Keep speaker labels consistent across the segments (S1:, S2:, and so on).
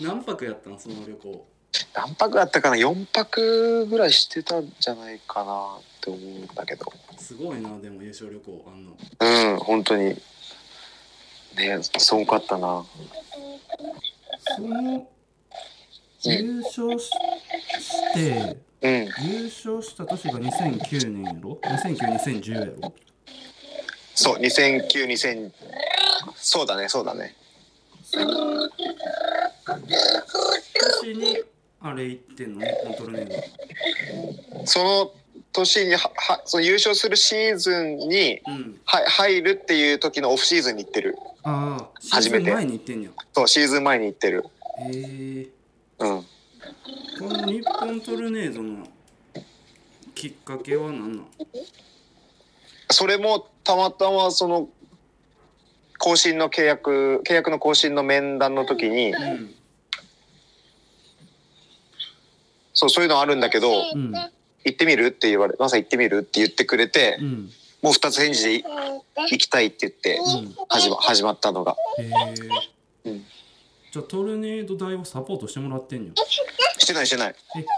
S1: 何泊やったんその旅行
S2: 何泊あったかな4泊ぐらいしてたんじゃないかなって思うんだけど
S1: すごいなでも優勝旅行あんの
S2: うん本当にねすごかったな
S1: その優勝しして
S2: うん
S1: 優勝した年が2009年やろ20092010やろ
S2: そう20092000そうだねそうだね
S1: 年にあれ行ってんの日本トルネード
S2: その年にははその優勝するシーズンに
S1: うん
S2: は入るっていう時のオフシーズンに行ってる
S1: ああシー
S2: 初
S1: ズ
S2: めて
S1: ン前に行ってんや
S2: そうシーズン前に行ってる
S1: へえ
S2: うん
S1: この日本トルネードのきっかけは何なん
S2: それもたまたまその更新の契約契約の更新の面談の時に
S1: うん
S2: そうそういうのあるんだけど
S1: うん
S2: 行ってみるって言われマサ行ってみるって言ってくれて
S1: うん
S2: もう2つ返事でい行きたいって言って
S1: うん
S2: 始ま始まったのが
S1: へえ、
S2: うん
S1: じゃあトルネード代をサポートしてもらってんよ
S2: してないしてない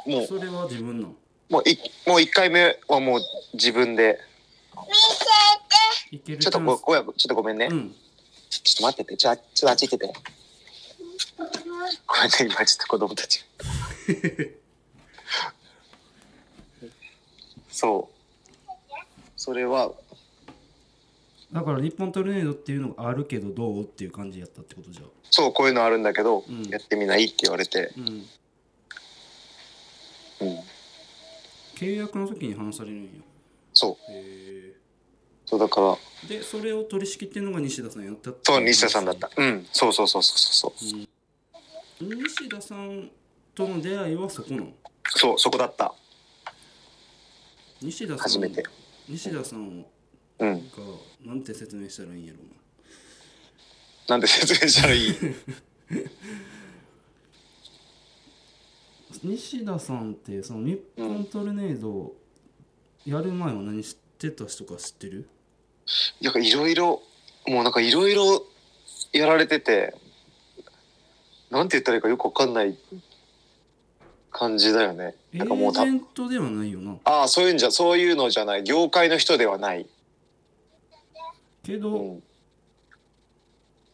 S1: え
S2: もう
S1: それは自分の
S2: もういもう1回目はもう自分で
S1: いける
S2: ちょっとごごめんちょっとごめんね、
S1: うん
S2: ちょっと待っててちょっとちょっとあっち行っててごめんね今ちょっと子供 たちがそうそれは
S1: だから日本トルネードっていうのがあるけどどうっていう感じやったってことじゃ
S2: そうこういうのあるんだけど、
S1: うん
S2: やってみないって言われて、
S1: うん
S2: うん、
S1: 契約の時に話されるんや
S2: そう
S1: へ
S2: そうだから
S1: えでそれを取り仕切ってんのが西田さんやったって
S2: そう西田さんだったうんそうそうそうそうそうそう
S1: 西田さんとの出会いはそこなの
S2: そうそこだった
S1: 西田さん
S2: 初めて
S1: 西田さんを
S2: うん
S1: がなんて説明したらいいんやろうな
S2: なんで説明したらいい
S1: 西田さんってその日本トルネードやる前は何知ってた人か知ってる
S2: なんかいろいろもうなんかいろいろやられててなんて言ったらいいかよくわかんない感じだよね
S1: エ
S2: なんかもう
S1: ージ
S2: た
S1: ェントではないよな
S2: ああそういうんじゃそういうのじゃない業界の人ではない、
S1: け
S2: う
S1: ど
S2: ん、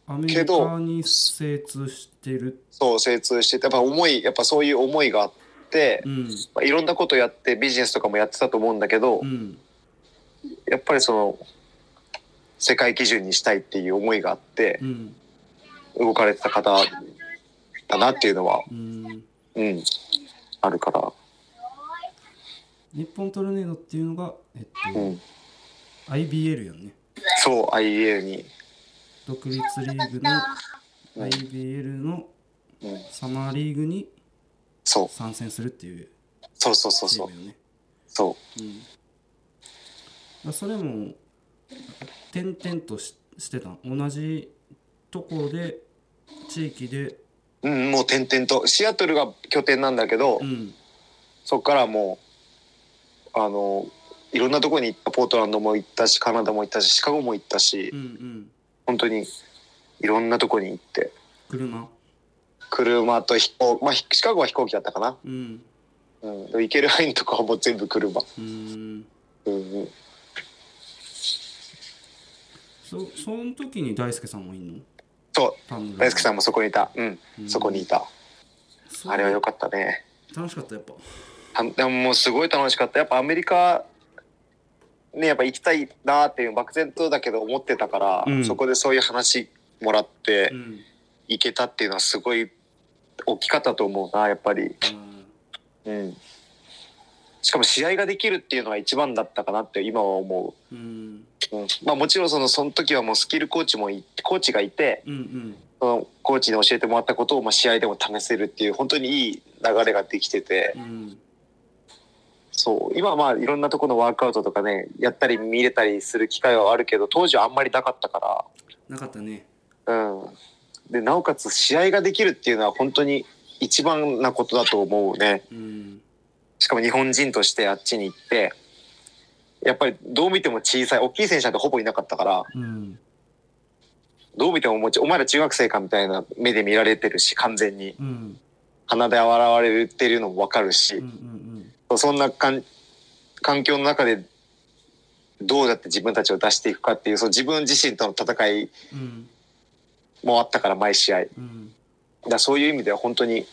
S1: アメリカに精通してる
S2: そう精通しててやっぱ思いやっぱそういう思いがあって
S1: う、ん
S2: まあ、いろんなことやってビジネスとかもやってたと思うんだけど、
S1: うん
S2: やっぱりその世界基準にしたいっていう思いがあって
S1: うん
S2: 動かれてた方だなっていうのは、
S1: うん
S2: うん、あるから、
S1: 日本トルネードっていうのがえっ
S2: う
S1: と
S2: ん、
S1: IBL やんね
S2: そう IEA に、
S1: 独立リーグの
S2: うん
S1: IBL の
S2: うん、
S1: サマーリーグに
S2: そう
S1: 参戦するっていう
S2: そうそうそう
S1: チ
S2: そ
S1: ー
S2: う
S1: ムよね
S2: そ
S1: うんだからそれも点々とししてたん同じところで地域で
S2: う、うん、もう点々とシアトルが拠点なんだけど、
S1: うん
S2: そこからもうあのいろんなとこに行ったポートランドも行ったしカナダも行ったしシカゴも行ったし
S1: うんうん
S2: 本当にいろんなとこに行って
S1: 車
S2: 車と飛行、まあ、ひシカゴは飛行機だったかな、
S1: うん
S2: うん、でも行ける範囲のとこはもう全部車。
S1: うん
S2: うんうん
S1: そその時に大輔さんもいんの
S2: そ
S1: 田
S2: う
S1: 村
S2: 大輔さんもそこにいた、うん、
S1: うん
S2: そこにいたあれは良
S1: か
S2: かったね
S1: 楽しかったやっぱ
S2: たでももうすごい楽しかったやっぱアメリカねやっぱ行きたいなっていう漠然とだけど思ってたから、
S1: うん
S2: そこでそういう話もらって
S1: うん
S2: 行けたっていうのはすごい大きかったと思うなやっぱり、
S1: あ
S2: うん、しかも試合ができるっていうのが一番だったかなって今は思
S1: ーうん
S2: う、うんまあ、もちろんそのその時はもうスキルコーチもいコーチがいて、
S1: うんうん
S2: そのコーチに教えてもらったことを、まあ、試合でも試せるっていう本当にいい流れができてて
S1: うん
S2: そう今はまあいろんなところのワークアウトとかねやったり見れたりする機会はあるけど当時はあんまりなかったか
S1: なかったね
S2: ら、うん、でなおかつ試合ができるっていうのは本当に一番なことだと思うね
S1: うん
S2: しかも日本人としてあっちに行ってやっぱりどう見ても小さい大きい選手なんてほぼいなかったから
S1: うん
S2: どう見てももうちお前ら中学生かみたいな目で見られてるし完全に
S1: うん
S2: 鼻で笑われてるのも分か
S1: う
S2: る
S1: んう
S2: し、
S1: ん
S2: そんなかん環境の中でどうやって自分たちを出していくかっていうその自分自身との戦い
S1: うんうん
S2: もあったから毎試合だか
S1: うん
S2: らそういう意味では本当に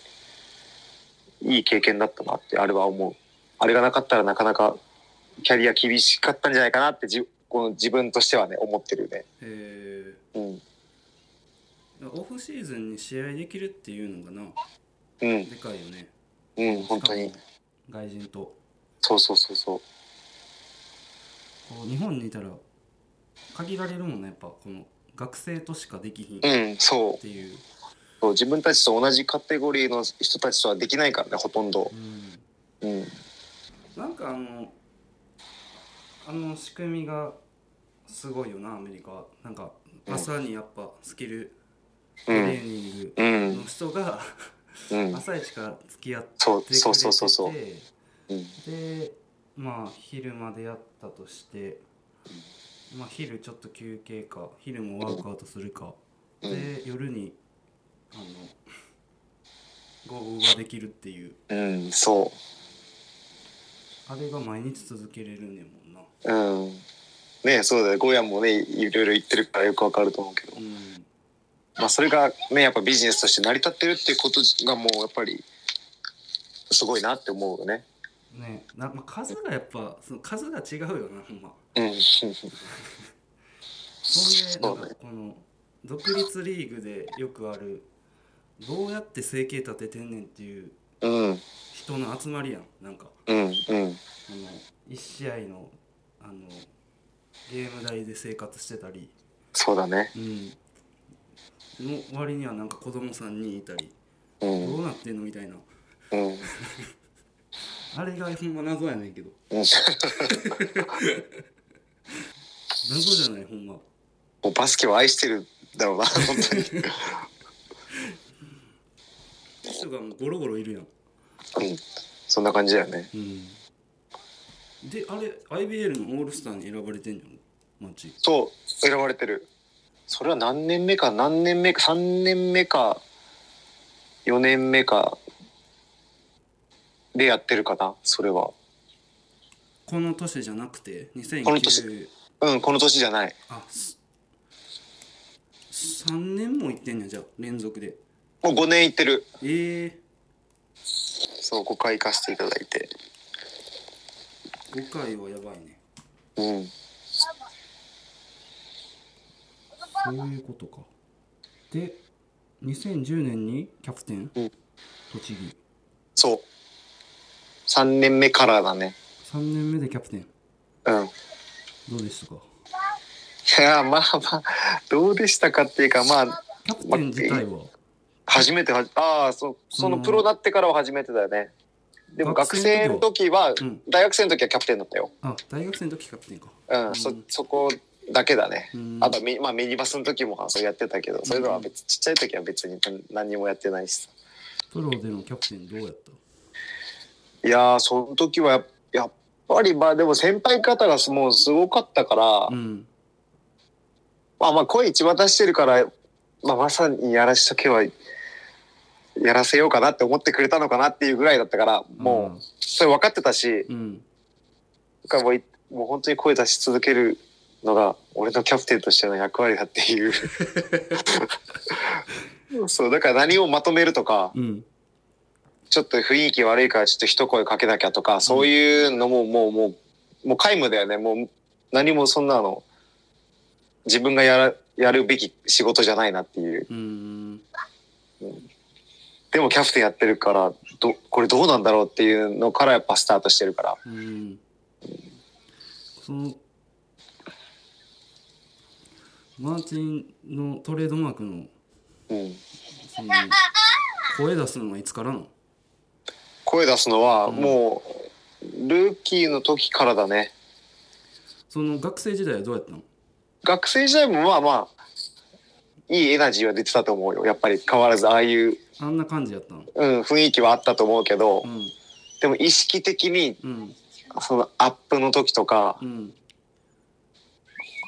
S2: いい経験だったなってあれは思うあれがなかったらなかなかキャリア厳しかったんじゃないかなってじこの自分としてはね思ってるね、
S1: え
S2: うん
S1: ー、オフシーズンに試合できるっていうのがな
S2: うん
S1: でかいよね
S2: うん本当に
S1: しかも外人と
S2: そうそうそうそう
S1: こう日本にいたら限られるもんねやっぱこの学生としかできひんっ
S2: うんそう
S1: ていう、
S2: そう自分たちと同じカテゴリーの人たちとはできないからねほとんど
S1: うん、
S2: うん
S1: なんかあのあの仕組みがすごいよなアメリカはなんか
S2: うん
S1: 朝にやっぱスキルト
S2: う
S1: レー
S2: ん
S1: ニン
S2: う
S1: グの
S2: ん
S1: 人が
S2: うん
S1: 朝一から付き合って
S2: そう
S1: くれてて
S2: そうそうそうそううん
S1: でまあ昼までやったとしてまあ昼ちょっと休憩か昼もワークアウトするか
S2: うん
S1: で夜にあの合合ができるっていう
S2: うんそ
S1: あれが毎日続けれるねんもんな
S2: ううんねそうだよゴーヤンもねいろいろ言ってるからよくわかると思うけど
S1: うん
S2: まあ、それがねやっぱビジネスとして成り立ってるっていうことがもうやっぱりすごいなって思うよね。
S1: ねな、まあ、数がやっぱその数が違うよなほんま
S2: うん、
S1: そんでな
S2: そ
S1: ん
S2: うね
S1: かこの独立リーグでよくあるどうやって生計立ててんねんっていう
S2: うん
S1: 人の集まりやんなんか
S2: うんうん
S1: あの1試合のあのゲーム代で生活してたり、
S2: そうだね。
S1: うん、の割にはなんか子供さん人いたり
S2: う
S1: ど
S2: ん
S1: うなってんのみたいな
S2: うん
S1: あれがほんま謎やねんけど
S2: うん、
S1: 謎じゃないほんま
S2: もうバスケを愛してるだろうな本当に。
S1: 人がもうゴロゴロいるやん
S2: うんそんな感じだよね。
S1: うん、であれ IBL のオールスターに選ばれてんじゃんマッチ
S2: そう選ばれてる。それは何年目か何年目か三年目か四年目かでやってるかなそれは。
S1: この年じゃなくて
S2: この年
S1: 2009
S2: うんこの年じゃない。
S1: あす3年もいってんねんじゃあ連続で
S2: もう五年いってる。
S1: ええ
S2: そう5回行かせていただいて
S1: 5回はやばいね
S2: うん
S1: そういうことかで2010年にキャプテン、
S2: うん
S1: 栃木
S2: そう3年目からだね
S1: 3年目でキャプテン
S2: うんい
S1: どうでしたか
S2: やまあまあどうでしたかっていうかまあ
S1: キャプテン自体は
S2: 初めてはああそそのプロになってからは初めてだよねでも学生の時は
S1: うん
S2: 大学生の時はキャプテンだったよ
S1: あ大学生の時キャプテンか
S2: うん、そそこだけだね
S1: うん
S2: あとミ,、まあ、ミニバスの時もそうやってたけどそれらは別ちっちゃい時は別に何にもやってないしさ
S1: プロでのキャプテンどうやった
S2: いやーその時はやっやっぱりまあでも先輩方がもうすごかったから、
S1: うん
S2: まあまあ声一番出してるから、まあ、まさにやらしとけばやらせようかなって思ってくれたのかなっていうぐらいだったからもうそれ分かってたし
S1: うん、うん
S2: だからもういもう本当に声出し続けるのが俺のキャプテンとしての役割だっていう そうだから何をまとめるとか
S1: うん
S2: ちょっと雰囲気悪いからちょっと一声かけなきゃとかそういうのももうもうもう皆無だよねもう何もそんなの自分がやらやるべき仕事じゃないなっていう。
S1: うーん
S2: でもキャプテンやってるからどこれどうなんだろうっていうのからやっぱスタートしてるから
S1: うーんそのマーティンのトレードマークの
S2: うん
S1: その声出すのはいつからなの
S2: 声出すのは
S1: うん
S2: もうルーキーの時からだね
S1: その学生時代はどうやったの
S2: 学生時代もまあまあいいエナジーは出てたと思うよやっぱり変わらずああいう、
S1: あんな感じやったの
S2: うん、雰囲気はあったと思うけど
S1: うん
S2: でも意識的に
S1: うん
S2: そのアップの時とか
S1: うん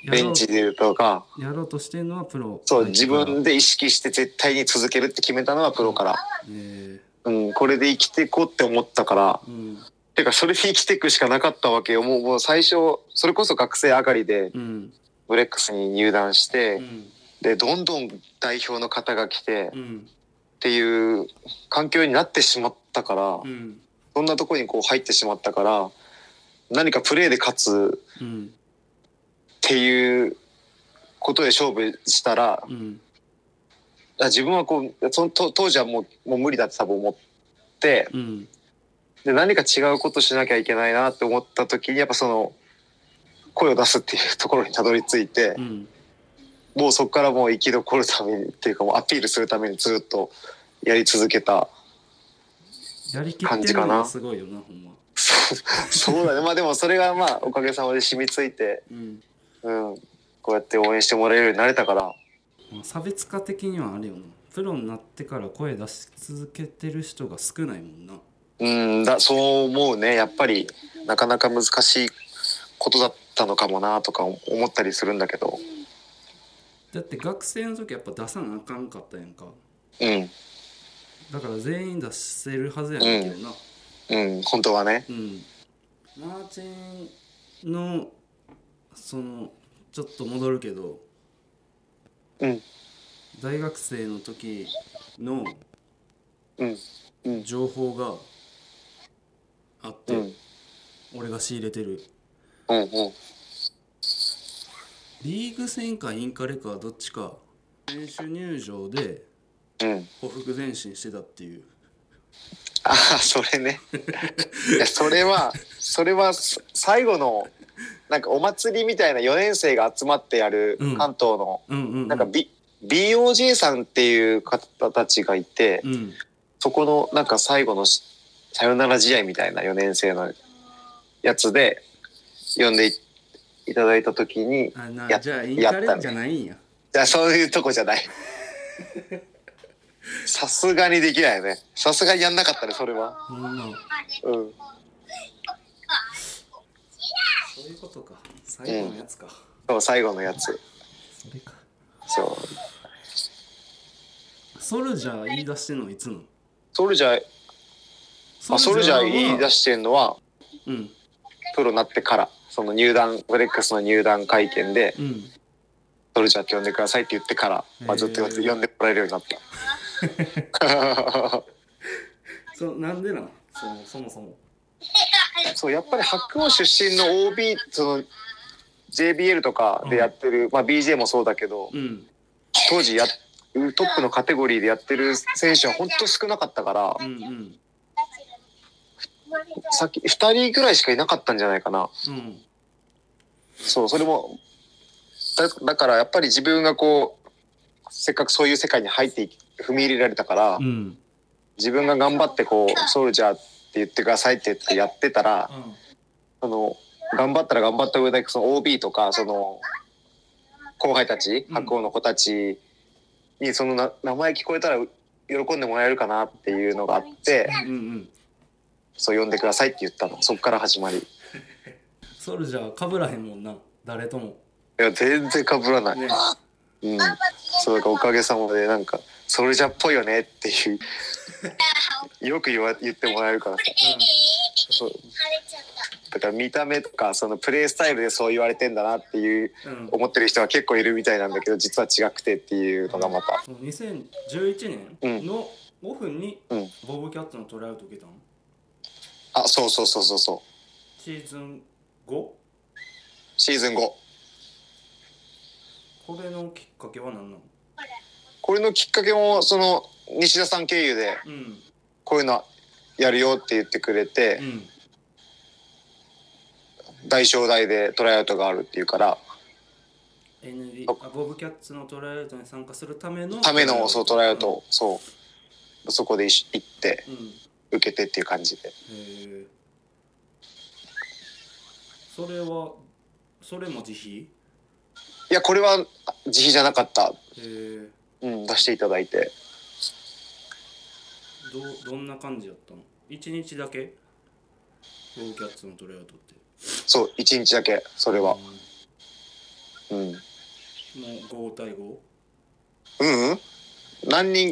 S1: や
S2: ベ
S1: ろ
S2: ン
S1: う
S2: チでとか、
S1: やろうとしてるのはプロ
S2: そ
S1: 入
S2: う、
S1: って
S2: 自
S1: から
S2: 分で意識して絶対に続けるって決めたのはプロから。
S1: え
S2: うん、これで生きていこうって思ったから。
S1: ーうん
S2: てか、それで生きていくしかなかったわけよ。もう、もう最初、それこそ学生上がりで、
S1: うん
S2: ブレックスに入団し
S1: う
S2: て、
S1: ん
S2: で、どんどん代表の方が来て、
S1: うん
S2: っていう環境になってしまったから
S1: う、ん
S2: そんなとこにこう入ってしまったから、何かプレーで勝つ
S1: うん
S2: っていうことで勝負したら、
S1: うん
S2: あ自分はこうそのと当時はもうもう無理だって多分思って
S1: うん
S2: で何か違うことしなきゃいけないなって思った時にやっぱその声を出すっていうところにたどり着いて
S1: う、ん
S2: もうそこからもう生き残るためにっていうかもうアピールするためにずっとやり続けた
S1: やりきってるのがすごいよなほんま
S2: そうだねまあでもそれがまあおかげさまで染みついて、
S1: うん
S2: うん、こうやって応援してもらえるようになれたから
S1: まあ差別化的にはあるよなプロになってから声出し続けてる人が少ないもんな
S2: うんだそう思うねやっぱりなかなか難しいことだったのかもなとか思ったりするんだけど。
S1: だって学生の時やっぱ出さなあかんかったやんか
S2: うん
S1: だから全員出せるはずやねんけどな
S2: うん、本当はね。
S1: うん、マーチンのそのちょっと戻るけど
S2: うん、
S1: 大学生の時の
S2: うん、うん、
S1: 情報があって、
S2: うん、
S1: 俺が仕入れてる
S2: うん、うん。
S1: リーグ戦かインカレかどっちか選手入場で
S2: うん、
S1: 歩幅前進してたっていう
S2: ああ、そ れね。いや、それは、それはす最後の、なんかお祭りみたいな4年生が集まってやる
S1: うん
S2: 関東の、
S1: うんうんうん
S2: なんか、B、BOJ さんっていう方たちがいて
S1: う、ん
S2: そこのなんか最後のしさよなら試合みたいな4年生のやつで呼んでいいただいた時に、
S1: あな
S2: や
S1: じゃあイン
S2: や
S1: カ
S2: った
S1: レ
S2: ね
S1: じゃないんや
S2: いや、そういうとこじゃない。さすがにできないよね。さすがにやんなかったね、それは。
S1: ほんま
S2: うん。
S1: そういうことか最後のやつか、
S2: そう、最後のやつ。
S1: それか
S2: そう。
S1: ソルジャー言い出してんのはいつなの
S2: ソルジャー、あソルジャー言い出
S1: し
S2: してんのは、
S1: うん
S2: プロになってから、その入団、ブレックスの入団会見で、
S1: うん
S2: ソルジャーって呼んでくださいって言ってから、まあ、ずっと呼ん
S1: へ
S2: で
S1: ー
S2: 呼んでもらえるようになった。
S1: そうなんでなんそうそもそも
S2: そう、やっぱり白鵬出身の OB、その、JBL とかでやってる、まあ BJ もそうだけど、
S1: うん
S2: 当時やトップのカテゴリーでやってる選手は本当少なかったから
S1: うんうん
S2: さっき2人ぐらいしかいなかったんじゃないかな
S1: うん
S2: そうそれもだだからやっぱり自分がこうせっかくそういう世界に入ってい踏み入れられたから
S1: うんうん
S2: 自分が頑張ってこう「ソルジャー」って言ってくださいって言ってやってたらその頑張ったら頑張った上でその OB とかその後輩たち
S1: うん
S2: 白鵬の子たちにそのな名前聞こえたら喜んでもらえるかなっていうのがあって。
S1: うんうん
S2: そう呼んでくださいって言ったのそっから始まりい
S1: ソルジャーかぶらへんもんな誰とも
S2: や全然かぶらない、
S1: ね
S2: うんそうだからおかげさまでなんか「それじゃっぽいよね」っていうよく言わ言ってもらえるからさそうだから見た目とかそのプレースタイルでそう言われてんだなっていう
S1: うん
S2: 思ってる人は結構いるみたいなんだけど実は違くてっていうのがまた
S1: その2011年のオフに
S2: うん
S1: ボブキャットのトライアウト受けたの
S2: あそうそうそうそうそう
S1: シーズン 5? こ
S2: シーズン5
S1: れのきっかけは何なの
S2: これのきっかけもその西田さん経由で
S1: うん
S2: こういうのやるよって言ってくれて、
S1: うん
S2: 大正大でトライアウトがあるっていうから
S1: NB
S2: あ
S1: あボブキャッツのトライアウトに参加するための
S2: ためのそうトライアウトをそうそこで一緒行って
S1: うん、うん
S2: 受けてっていう感じで
S1: へえそれはそれも自費
S2: いやこれはあ自費じゃなかった、
S1: へえ
S2: うん、出していただいて
S1: どどんな感じやったの一日だけローキャッツのトレアウトって
S2: そう1日だけそれは
S1: うん
S2: うん。
S1: もう5対5
S2: うん、うん、何人、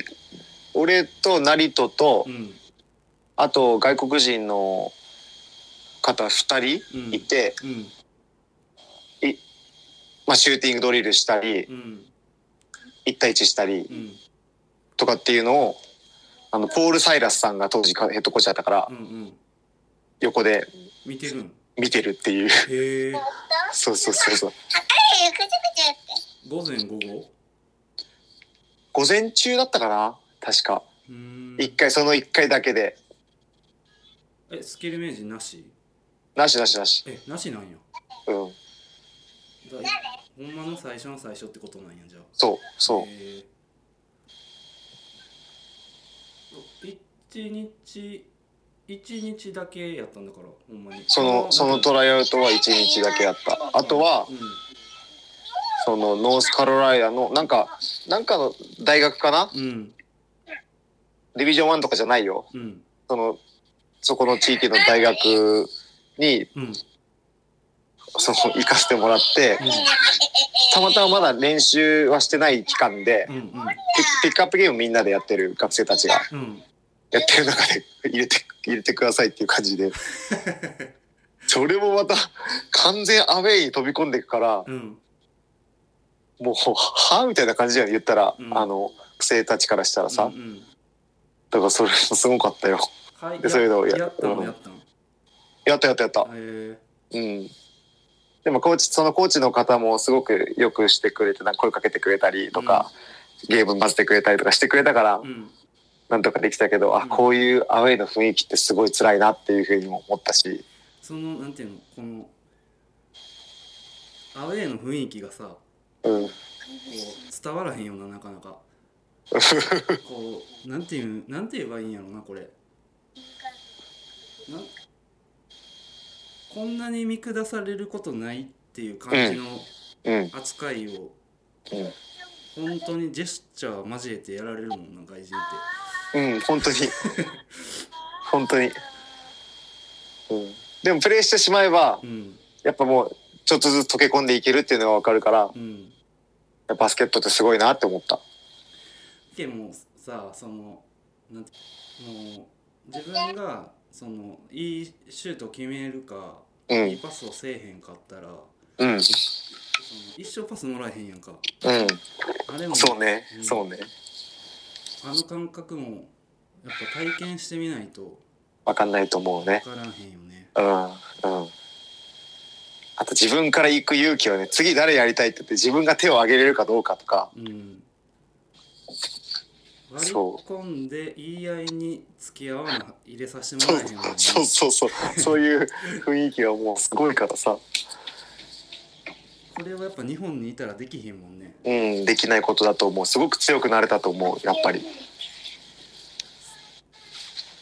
S2: 俺と成人と、
S1: うん
S2: あと外国人の方2
S1: うん
S2: 人いて、
S1: うん
S2: まあ、シューティングドリルしたり、
S1: うん
S2: 1対1したり
S1: うん
S2: とかっていうのを、あの、ポール・サイラスさんが当時かヘッドコーチだったから
S1: う、んうん
S2: 横で
S1: 見て るん
S2: 見てるっていう。
S1: へえ
S2: そうそうそうそう。
S3: くちゃくちゃって。
S1: 午前午後
S2: 午前中だったかな確か。
S1: うーん
S2: 1回、その1回だけで。
S1: えスキル名人なし
S2: なしなしなし。
S1: えなしなんや
S2: うん。
S1: だいほんまの最初の最初ってことなんやじゃあ
S2: そう、そう。
S1: えー、1日一日だけやったんだからほんまに
S2: その、そのトライアウトは1日だけやった。あとは
S1: う、ん
S2: その、ノースカロライナの、なんか、なんかの大学かな
S1: うん
S2: ディビジョン1とかじゃないよ。
S1: うん
S2: その、そこの地域の大学に、
S1: うん
S2: その、行かせてもらって、たまたままだ練習はしてない期間で
S1: う、んうん
S2: ピピックアップゲームみんなでやってる学生たちが、
S1: うん
S2: やってる中で入れて、入れてくださいっていう感じで。それもまた、完全アウェイに飛び込んでいくから、
S1: うん
S2: もう、はぁみたいな感じじゃん、言ったら、
S1: うん
S2: あの、学生たちからしたらさ。
S1: うんうん
S2: だからそれもすごかったよ。
S1: はい
S2: でそういうのを
S1: や
S2: や
S1: やった
S2: う
S1: の
S2: ん
S1: やったのへ
S2: やったやったやった。
S1: え
S2: うん。でもコーチ、そのコーチの方もすごくよくしてくれて、なんか声かけてくれたりとか、ゲーム混ぜてくれたりとかしてくれたから
S1: う、ん
S2: なんとかできたけど、
S1: う
S2: あ、
S1: ん
S2: こういうアウェイの雰囲気ってすごい辛いなっていうふうにも思ったし、
S1: そのなんていうのこのアウェーの雰囲気がさこ
S2: うん。
S1: う伝わらへんよななかなかこうなんていうなんて言えばいいんやろなこれなんこんなに見下されることないっていう感じの
S2: うん。
S1: 扱いを、
S2: うん
S1: 本当にジェスチャー交えてやられるもんな外人って
S2: うん、本当に。本当に。うん。でもプレイしてしまえば
S1: う、ん
S2: やっぱもう、ちょっとずつ溶け込んでいけるっていうのがわかるから、
S1: うん
S2: バスケットってすごいなって思った。
S1: でもさそのなんてもう自分がそのいいシュート決めるか、
S2: う
S1: いい
S2: ん。
S1: パスをせえへんかったらその
S2: うん。
S1: 一生パスもらえへんやんか
S2: う
S1: あれも
S2: ん。そうね
S1: う。ん
S2: そうね。
S1: あの感覚もやっぱ体験してみないと
S2: わかんないと思うね。
S1: 分からへんよね
S2: うん。うん。あと自分から行く勇気はね、次誰やりたいって言って自分が手を挙げれるかどうかとか。
S1: うん割り
S2: そう
S1: 込んで言い合いに付き合わない入れさせて
S2: そ
S1: も
S2: う
S1: らえへんもんね
S2: そうそうそう。そういう雰囲気はもうすごいからさ。
S1: これはやっぱ日本にいたらできへんもんね
S2: うん。できないことだと思う。すごく強くなれたと思う。やっぱり。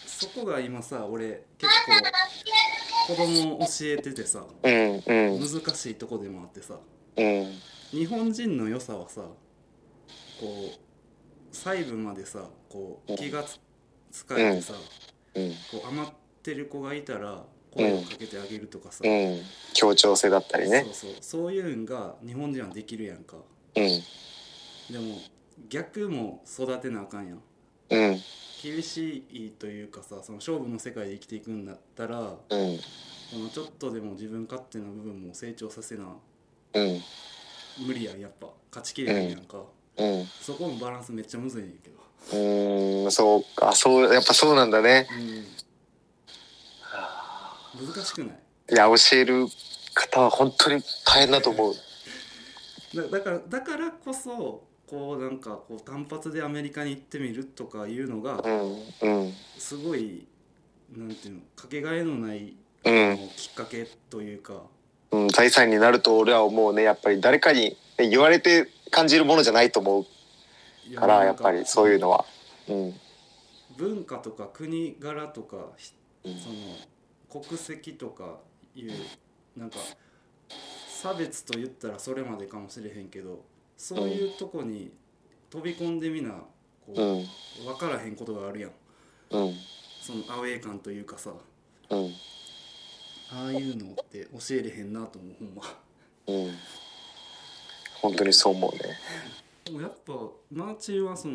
S1: そこが今さ俺結構子供を教えててさ
S2: うん。うん。
S1: 難しいとこでもあってさ
S2: うん。
S1: 日本人の良さはさこう細部までさこう気がつ使えてさ
S2: うん。
S1: こう余ってる子がいたら声をかけてあげるとかさ、
S2: うん。協調性だったりね
S1: そ。うそうそういうんが日本人はできるやんか
S2: うん。
S1: でも逆も育てなあかんやん
S2: うん。
S1: 厳しいというかさその勝負の世界で生きていくんだったら
S2: うん。
S1: このちょっとでも自分勝手な部分も成長させな
S2: うん。
S1: 無理やんやっぱ勝ちきれへんやんか、
S2: うん。
S1: そこのバランスめっちゃむずいねんけど
S2: うん。そうか。そう、やっぱそうなんだね。
S1: うん難しくない
S2: いや、教える方は本当に大変だと思う。
S1: だだからだからこそこうなんかこう単発でアメリカに行ってみるとかいうのが
S2: うん、うん、
S1: すごいなんていうのかけがえのない、
S2: う
S1: あ
S2: ん、
S1: のきっかけというか
S2: うん、財産になると俺は思うね。やっぱり誰かに言われて感じるものじゃないと思
S1: いうや
S2: から、
S1: な
S2: や
S1: ん
S2: っ
S1: か
S2: ぱりそういうのは。うん、
S1: 文化とか国柄とかひ
S2: うん
S1: その国籍とかいうなんか差別と言ったらそれまでかもしれへんけどそういうとこに飛び込んでみなこう、
S2: うん、
S1: 分からへんことがあるやん
S2: うん、
S1: そのアウェー感というかさ
S2: うん、
S1: ああいうのって教えれへんなと思うほんま
S2: うん。本当にそう思うね。
S1: でもやっぱマーチーはその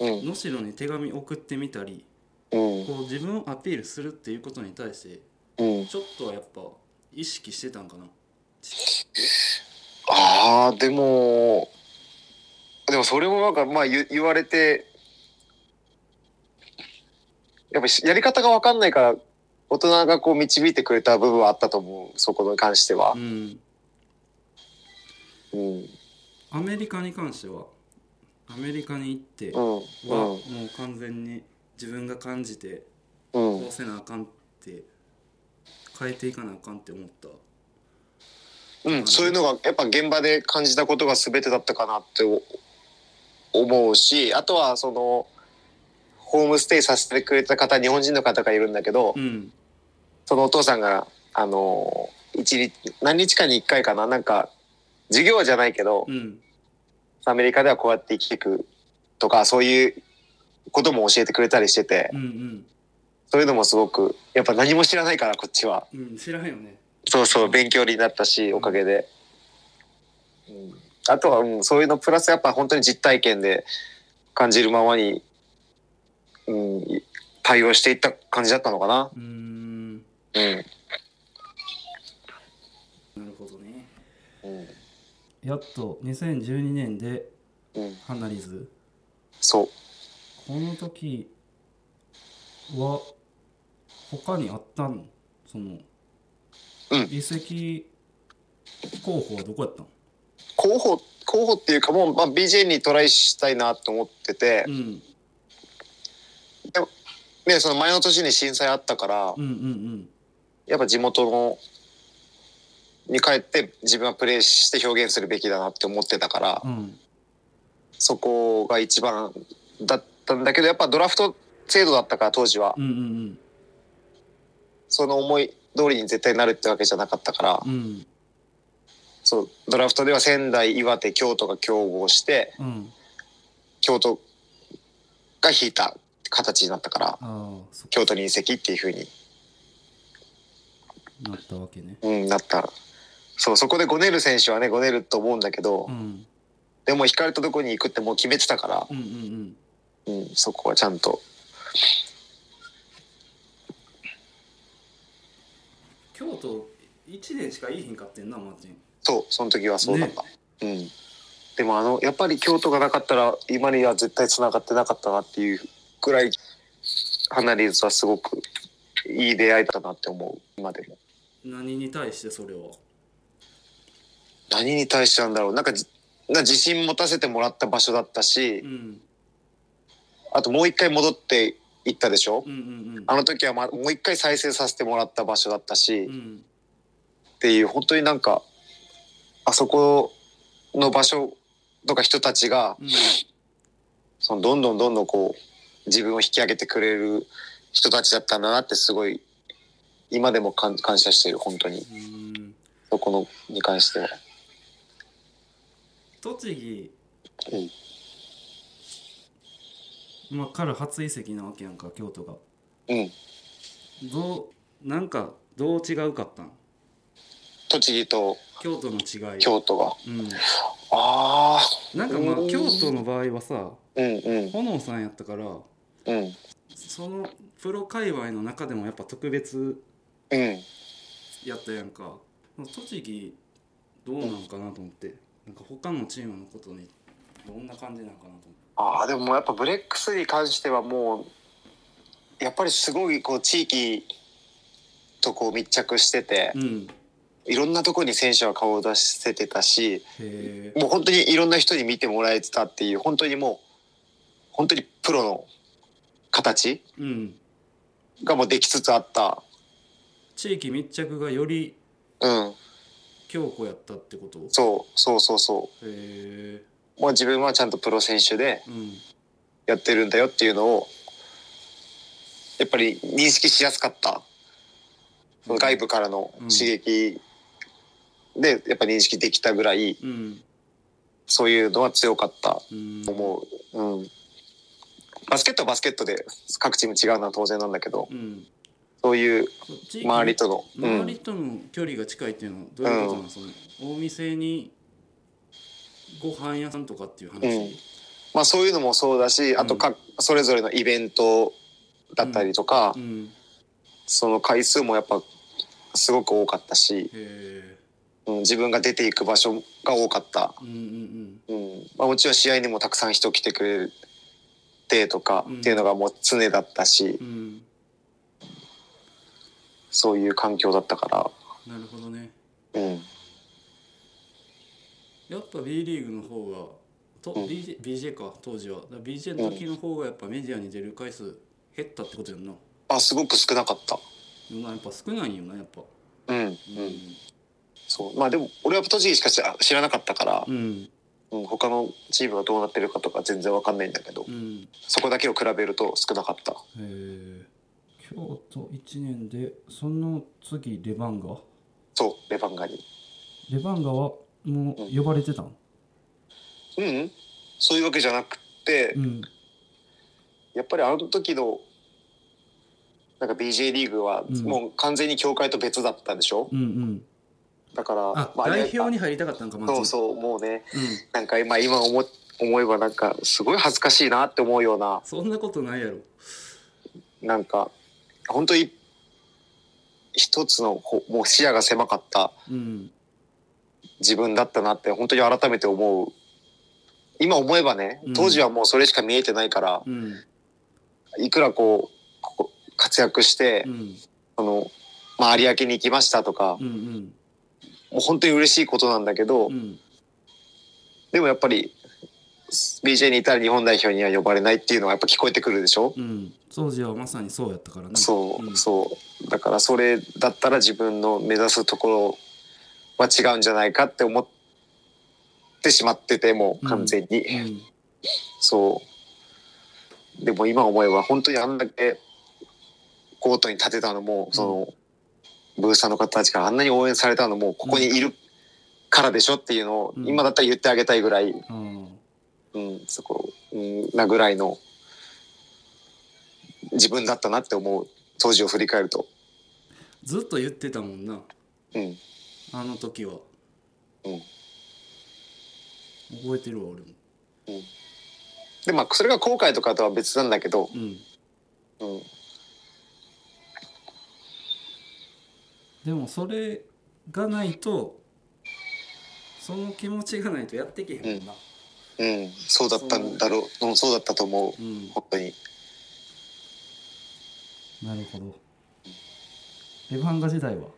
S2: うん。
S1: 能代に手紙送ってみたり
S2: うん。
S1: こう自分をアピールするっていうことに対して
S2: うん。
S1: ちょっとはやっぱ意識してたんかな
S2: ああ、でも、でもそれもなんか、まあ言言われて、やっぱしやり方がわかんないから、大人がこう導いてくれた部分はあったと思う、そこに関しては
S1: う。ん
S2: うん。
S1: アメリカに関してはアメリカに行って
S2: う
S1: は
S2: ん。う
S1: も
S2: ん。
S1: う完全に自分が感じて
S2: うん
S1: こう。せなあかんって変えていかなあかんって思った
S2: うん、そういうのがやっぱ現場で感じたことが全てだったかなってお思うしあとはそのホームステイさせてくれた方日本人の方がいるんだけど、
S1: うん
S2: そのお父さんがあの一日何日かに1回かななんか授業じゃないけど、
S1: うん
S2: アメリカではこうやって生きていくとかそういうことも教えてくれたりしてて、
S1: うん
S2: そういうのもすごくやっぱ何も知らないからこっちは
S1: うんうん知らんよね
S2: そうそう勉強になったしおかげで、うん、あとは、うん、そういうのプラスやっぱ本当に実体験で感じるままに、うん、対応していった感じだったのかな
S1: うーんな
S2: うん、
S1: るほどね
S2: うん
S1: やっと2012年で
S2: うん、
S1: ハナリズ
S2: そう
S1: この時は他にあったのその、
S2: うん
S1: 移籍候補はどこやったの
S2: 候補候補っていうかもう、まあ、BJ にトライしたいなと思ってて
S1: う、ん
S2: ね、その前の年に震災あったから
S1: うんうん
S2: やっぱ地元のに帰って自分はプレーして表現するべきだなって思ってたから、
S1: うんうん
S2: そこが一番だったんだけどやっぱドラフト制度だったから当時は、
S1: うんうん
S2: その思い通りに絶対なるってわけじゃなかったから、
S1: うんうん
S2: そうドラフトでは仙台岩手京都が競合して
S1: うん
S2: 京都が引いた形になったから
S1: ああそっ
S2: 京都に移籍っていうふうに、
S1: なったわけね
S2: うん、なったそうそこでゴネル選手はねゴネルと思うんだけど、
S1: うん
S2: でも引かれたとこに行くってもう決めてたから
S1: うんうんうん
S2: うん、そこはちゃんと。
S1: 京都1年しかいいへんかってんなマーチン
S2: そう、その時はそうだった。うん。でもあの、やっぱり京都がなかったら、今には絶対繋がってなかったなっていうくらい、ハナリーズはすごくいい出会いだなって思う、今でも。
S1: 何に対してそれは
S2: 何に対してなんだろう。なんかじ、な自信持たせてもらった場所だった
S1: う
S2: し、
S1: ん
S2: あともう一回戻って行ったでしょ
S1: うんうん
S2: あの時は、ま、もう一回再生させてもらった場所だったし、
S1: うんうん
S2: っていう本当になんかあそこの場所とか人たちが
S1: うん
S2: そのどんどんどんどんこう自分を引き上げてくれる人たちだったんだなってすごい今でも感感謝してる本当に
S1: うん
S2: そこのに関しては。
S1: 栃木
S2: うん
S1: まあ、彼初移籍なわけやんか京都が
S2: うん、
S1: どうなんかどう違うかったん
S2: 栃木と
S1: 京都の違い、
S2: 京都が。
S1: うん、
S2: あ
S1: なんかまあ
S2: うん
S1: 京都の場合はさ
S2: ーうんうん
S1: 炎さんやったから
S2: うん
S1: そのプロ界隈の中でもやっぱ特別
S2: うん
S1: やったやんか栃木どうなんかなと思ってなんか他のチームのことにどんな感じなんかなと思って
S2: ああでももうやっぱブレックスに関してはもうやっぱりすごいこう地域とこう密着してて。
S1: うん
S2: いろんなとこに選手は顔を出せてたし
S1: へえ
S2: もう本当にいろんな人に見てもらえてたっていう本当にもう本当にプロの形
S1: うん
S2: がもうできつつあった、
S1: 地域密着がより
S2: うん、
S1: 強固やったってこと
S2: そうそうそうそ
S1: へえ
S2: う、まあ、自分はちゃんとプロ選手で
S1: うん
S2: やってるんだよっていうのをやっぱり認識しやすかったその外部からの刺激でやっぱ認識できたぐらい
S1: うん
S2: そういうのは強かった
S1: うん
S2: 思う、うん、バスケットはバスケットで各チーム違うのは当然なんだけど
S1: うん
S2: そういう
S1: そう地域
S2: 周りとの、う
S1: 周り
S2: ん、
S1: との距離が近いっていうのはどういうことなの、そのお店にご飯屋さんとかっていう話、
S2: うんまあそういうのもそうだし、あとか、それぞれのイベントだったりとか、
S1: うんへ
S2: その回数もやっぱすごく多かったし、
S1: え
S2: うん、自分が出ていく場所が多かった。
S1: うんうん
S2: うんまあ、もちろん試合にもたくさん人来てくれてとか
S1: うん
S2: っていうのがもう常だったし、
S1: うんうん
S2: そういう環境だったか
S1: なるほどね
S2: ら、うん、
S1: やっぱ B リーグの方がと、
S2: うん
S1: BJ, BJ か当時はだから BJ の時の方がやっぱメディアに出る回数減ったってことやんな
S2: あすごく少なかった。
S1: まあやっぱ少ないんよなやっぱ
S2: うんうん、そうまあでも俺は栃木しか知ら知らなかったから
S1: う、ん
S2: うん、他のチームがどうなってるかとか全然わかんないんだけど
S1: うん
S2: そこだけを比べると少なかった
S1: へえ京都1年でその次レバンガ
S2: そうレバンガに
S1: レバンガはもう呼ばれてたん
S2: うんうんそういうわけじゃなくて、
S1: うん
S2: やっぱりあの時のなんか BJ リーグは
S1: うん
S2: もう完全に協会と別だったんでしょ、
S1: うんうん
S2: だから
S1: あ、
S2: まあ、
S1: 代表に入りたかったんかまず
S2: そう
S1: う
S2: そうもうね
S1: ん
S2: なんか今今思思えばなんかすごい恥ずかしいなって思うような
S1: そんなことないやろ
S2: なんか本当に一つのこうもう視野が狭かった
S1: うん
S2: 自分だったなって本当に改めて思う今思えばね
S1: うん
S2: 当時はもうそれしか見えてないから、
S1: うん
S2: いくらこうこう活躍して、
S1: うん
S2: あのまあ、有明に行きましたとか、
S1: うんうん
S2: もう本当に嬉しいことなんだけど、
S1: うん
S2: でもやっぱり BJ にいたら日本代表には呼ばれないっていうのはやっぱ聞こえてくるでしょ、
S1: うん当時はまさにそうやったからな
S2: そう、
S1: ん
S2: そうだからそれだったら自分の目指すところは違うんじゃないかって思ってしまっててもう完全に、
S1: うん
S2: そうでも今思えば本当にあんだけコートに立てたのもその、ブースターの方たちからあんなに応援されたのもここにいるからでしょっていうのを、
S1: うん
S2: 今だったら言ってあげたいぐらい、
S1: あー
S2: うん、そこ、うん、なぐらいの自分だったなって思う当時を振り返ると。
S1: ずっと言ってたもんな
S2: うん
S1: あの時は
S2: うん
S1: 覚えてるわ俺も
S2: でまあそれが後悔とかとは別なんだけど、
S1: うん
S2: うん、
S1: でもそれがないとその気持ちがないとやってけへんもんな
S2: うん、そうだったんだろううんそうだったと思う
S1: うん
S2: 本当に
S1: なるほどレバンガ時代は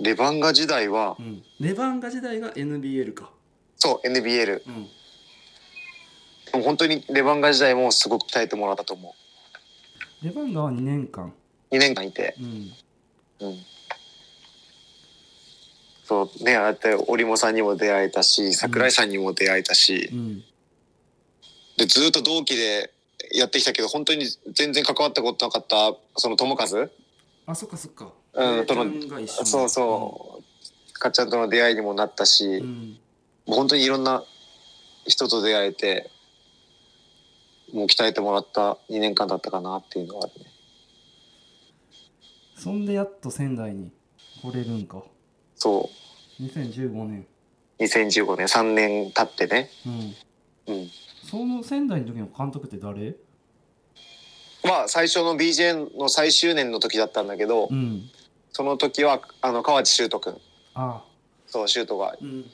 S2: レバンガ時代は
S1: うんレバンガ時代が NBL か
S2: そう NBL
S1: うん
S2: でも本当にレバンガ時代もすごく鍛えてもらったと思
S1: レバンガは2年間
S2: う2年間いて、
S1: うん
S2: うん、そうねああやって織茂さんにも出会えたし桜井さんにも出会えたし、
S1: うん
S2: でずっと同期でやってきたけど本当に全然関わったことなかったその友和、
S1: あそっかそっか
S2: うん
S1: レバンガ一緒
S2: そうそう、かっちゃんとの出会いにもなったし、
S1: うんうん
S2: もう本当にいろんな人と出会えてもう鍛えてもらった2年間だったかなっていうのはあるね
S1: そんでやっと仙台に来れるんか
S2: そ
S1: 2015年
S2: う2015年3年経ってね、
S1: うん
S2: うん、
S1: その仙台の時の監督って誰
S2: まあ最初の BJ の最終年の時だったんだけど、
S1: うん
S2: その時はあの河内修斗君
S1: あ
S2: そう修斗が
S1: うん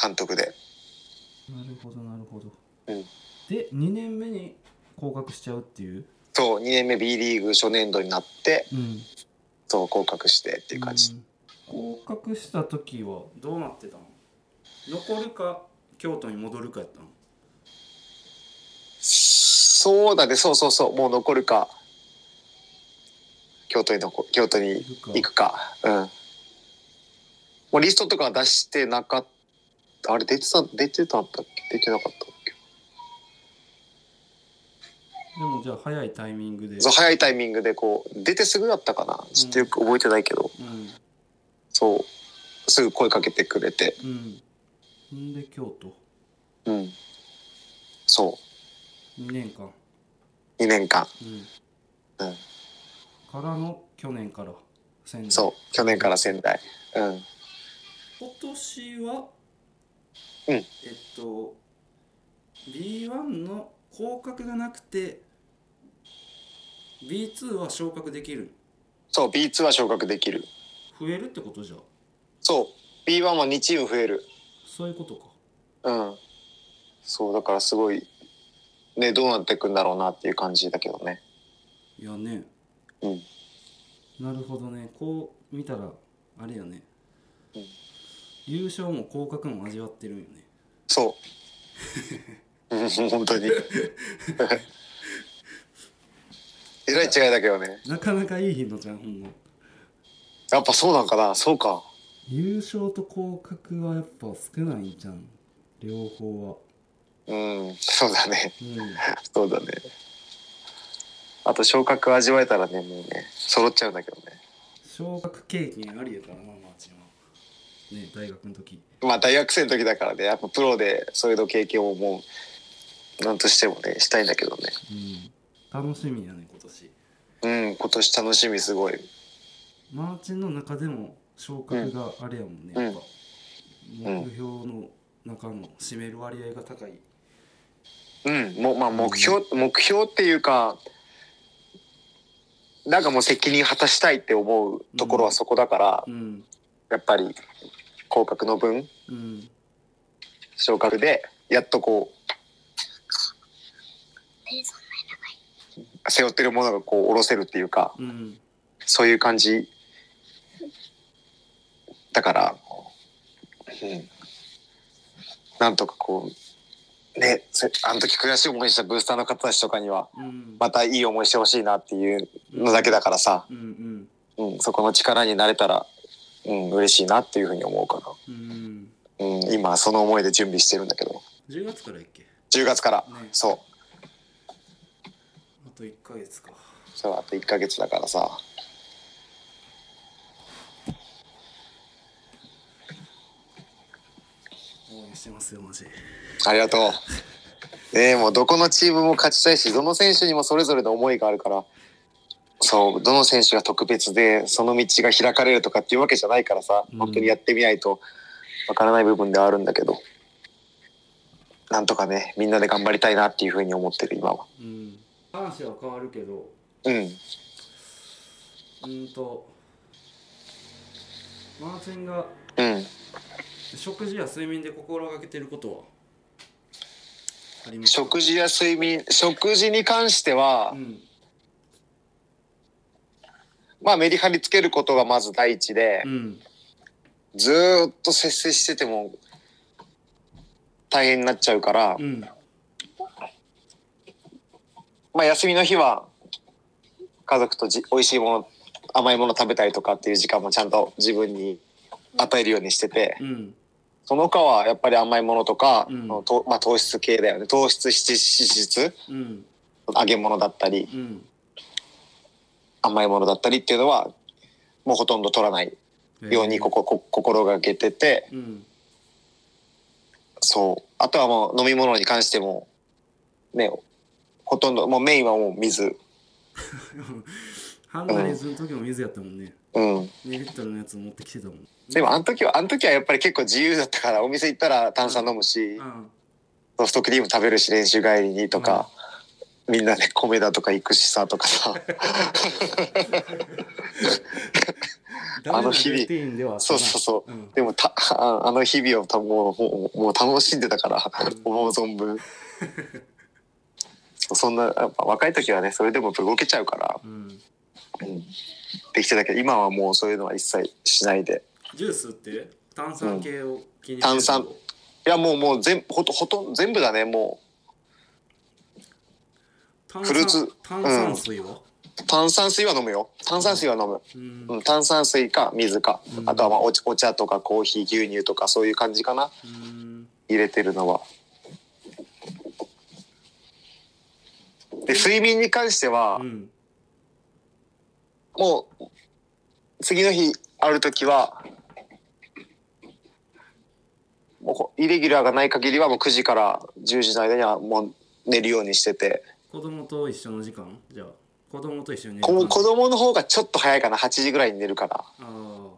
S2: 監督で
S1: なるほどなるほど、
S2: うん
S1: で2年目に降格しちゃうっていう
S2: そう2年目 B リーグ初年度になって
S1: うんっ
S2: そう降格してっていう感じ、
S1: 降格した時はどうなってたの残るか京都に戻るかやったの
S2: そうだねそうそうそうもう残るか京都に残京都に
S1: 行くか
S2: 行くかうんもうリストとかは出してなかったあれ出てた出てたんだっけ出てなかったっけ
S1: でもじゃあ早いタイミングで
S2: そう早いタイミングでこう出てすぐだったかなちょっとよく覚えてないけど、
S1: うん
S2: そうすぐ声かけてくれて
S1: うんほんで京都
S2: うんそ
S1: 2年間
S2: う2年間
S1: うん、
S2: うん
S1: からの去年から仙台
S2: そう去年から仙台うん
S1: 今年は
S2: うん
S1: えっと B1 の降格がなくて B2 は昇格できる
S2: そう、B2 は昇格できる。
S1: 増えるってことじゃ
S2: そう、B1 は2チーム増える。
S1: そういうことか
S2: うん。そう、だからすごい、ね、どうなっていくんだろうなっていう感じだけどね。
S1: いやね
S2: うん。
S1: なるほどねこう見たらあれやね、
S2: うん
S1: 優勝も降格も味わってるんよね
S2: そう。うん本 当に。えらい違いだけどね。
S1: なかなかいい頻度じゃんほんま
S2: やっぱそうなんかな、そうか。
S1: 優勝と降格はやっぱ少ないんじゃん両方は
S2: うん、そうだね。
S1: うん
S2: そうだね。あと昇格味わえたらね、もうね、揃っちゃうんだけどね。
S1: 小学経験ありやからなマーチンはね大学の時
S2: まあ大学生の時だからね、やっぱプロでそういうの経験をもう、なんとしてもね、したいんだけどね。
S1: うん楽しみやね今年
S2: うん、今年楽しみすごい。
S1: マーチンの中でも昇格があれやもんね、
S2: うん
S1: やっぱ
S2: うん
S1: 目標の中の占める割合が高い
S2: うん、もうまあ目標、目標っていうか、なんかもう責任果たしたいって思うところはそこだから、
S1: うん
S2: やっぱり、降格の分、
S1: うん
S2: 昇格で、やっとこう、背負ってるものがこう、下ろせるっていうか、
S1: うん
S2: そういう感じ。だから、うん。なんとかこう、ね、せあの時悔しい思いしたブースターの方たちとかには、
S1: うん
S2: またいい思いしてほしいなっていうのだけだからさ、
S1: うんうん
S2: うん、そこの力になれたら、うん、嬉しいなっていうふうに思うか
S1: うん
S2: な。うん、今その思いで準備してるんだけど、
S1: 10月からやっけ
S2: 10月から、
S1: ね
S2: そう、
S1: あと1ヶ月か
S2: そう、あと1ヶ月だからさ。
S1: 応援してますよマジ
S2: ありがとう。 ねえ、もうどこのチームも勝ちたいし、どの選手にもそれぞれの思いがあるから、そう、どの選手が特別で、その道が開かれるとかっていうわけじゃないからさ、
S1: うん
S2: 本当にやってみないとわからない部分ではあるんだけど、なんとかね、みんなで頑張りたいなっていうふうに思ってる、今は。
S1: うん話は変わるけど
S2: うん、
S1: うんとマーチンが
S2: うん。
S1: 食事や睡眠で心がけてることはありますか
S2: 食事や睡眠、食事に関しては
S1: う、ん
S2: まあメリハリつけることがまず第一で、
S1: うん
S2: ずーっと節制してても大変になっちゃうから、
S1: うん
S2: まあ休みの日は家族とじ美味しいもの甘いもの食べたりとかっていう時間もちゃんと自分に与えるようにしてて
S1: うん
S2: その他はやっぱり甘いものとか、
S1: うん
S2: とまあ、糖質系だよね糖質脂質
S1: うん
S2: 揚げ物だったり
S1: うん
S2: 甘いものだったりっていうのはもうほとんど取らないようにこここ心がけてて
S1: うん
S2: そう。あとはもう飲み物に関しても、ね、ほとんど、もうメインはもう水。
S1: ハンガリーズの時も水やったもんね
S2: うん。
S1: 2リットルのやつ持ってきてたもん
S2: でもあの時は、あの時はやっぱり結構自由だったから、お店行ったら炭酸飲むし、
S1: うん
S2: ソフトクリーム食べるし、練習帰りにとか、みんなで米だとか行くしさとかさ、
S1: ダメな
S2: あの日々
S1: ルーティーンではあった
S2: そう
S1: な
S2: そうそう。
S1: うん
S2: でもたああの日々をたもうもうもう楽しんでたから、思う存分そうそんなやっぱ若い時はねそれでも動けちゃうから、
S1: うん
S2: うんできてたけど今はもうそういうのは一切しないで
S1: ジュースって炭酸系を気にしてる
S2: 炭酸いやもうもう全ほとほとんど全部だねも
S1: 炭酸
S2: フルーツ
S1: 炭酸水は
S2: う炭酸水は飲むよ炭酸水は飲む、
S1: うん
S2: うん、炭酸水か水か、
S1: うん
S2: あとはまあお茶お茶とかコーヒー牛乳とかそういう感じかな
S1: うん
S2: 入れてるのはで睡眠に関しては、
S1: うん
S2: もう次の日ある時はもうこイレギュラーがない限りはもう9時から10時の間にはもう寝るようにしてて
S1: 子供と一緒の時間じゃあ子供と一緒に寝る
S2: こ
S1: 感じ
S2: 子供の方がちょっと早いかな8時ぐらいに寝るか
S1: ああ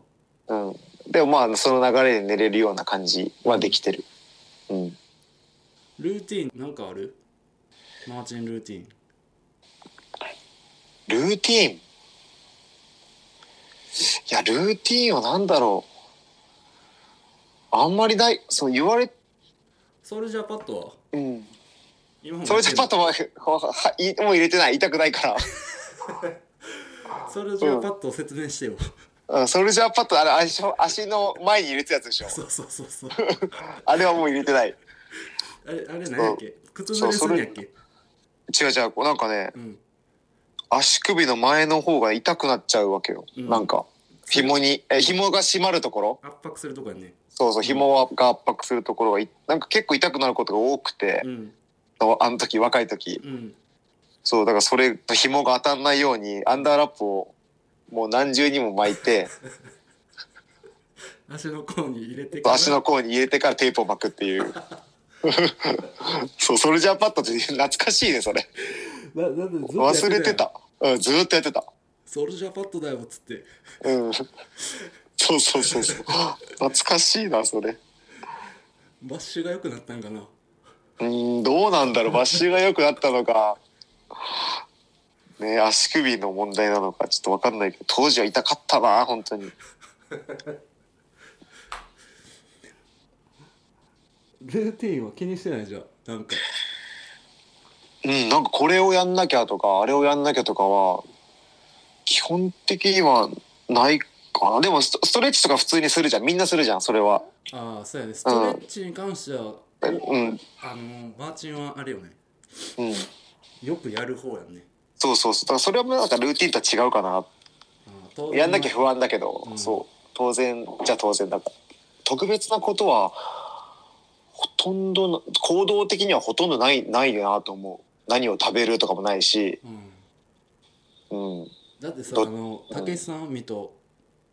S2: らうんでもまあその流れで寝れるような感じはできてるうん。
S1: ルーティンなんかあるマーチンルーティン
S2: ルーティーン。いや、ルーティーンは何だろう。あんまりない、そう言われ、
S1: ソルジャーパッドは
S2: うん。
S1: 今も
S2: それじゃパッとは、 ははいもう入れてない、痛くないから。
S1: ソルジャーパッドを説明してよ、
S2: うん、ソルジャーパッドあれ足足の前に入れてたやつでし ょ
S1: そうそうそうそう
S2: あれはもう入れてない
S1: あれあれ何やっけ靴濡れするんやっけ
S2: 違う違うこうなんかね
S1: うん
S2: 足首の前の方が痛くなっちゃうわけよ、
S1: うん
S2: なんか紐にえ紐が締まるところ
S1: 圧迫するとこやね
S2: そうそう紐が圧迫するところがいなんか結構痛くなることが多くて
S1: う、ん
S2: あの時若い時
S1: うん
S2: そうだからそれと紐が当たんないようにアンダーラップをもう何重にも巻 いて
S1: 足の甲に入れてから
S2: 足の甲に入れてからテープを巻くっていう そうソルジャーパッドって懐かしいねそれ
S1: ななんでずっとやっ
S2: 忘れて
S1: やん
S2: た。うん、ずーっとやってた。
S1: ソルジャーパッドだよっつって
S2: うん。そうそうそうそう。懐かしいな、それ。
S1: バッシュが良くなったんかな
S2: うん、どうなんだろう。バッシュが良くなったのか。ね足首の問題なのか、ちょっとわかんないけど、当時は痛かったな、本当に。
S1: ルーティンは気にしてないじゃんなんか
S2: うん、なんかこれをやんなきゃとか、あれをやんなきゃとかは、基本的にはないかな。でもスト、ストレッチとか普通にするじゃん。みんなするじゃん、それは。
S1: ああそうやねストレッチに関しては、
S2: うん、
S1: あのマーチンはあれよね
S2: うん。
S1: よくやる方やんね
S2: そうそうそう。だからそれはなんかルーティンとは違うかな
S1: あーと
S2: やんなきゃ不安だけど、
S1: うん
S2: そう当然じゃ当然だから特別なことはほとんどな行動的にはほとんどないないなと思う何を食べるとかもないし
S1: うん
S2: うん
S1: だってさあ
S2: ど
S1: の
S2: うん
S1: たけしさん見と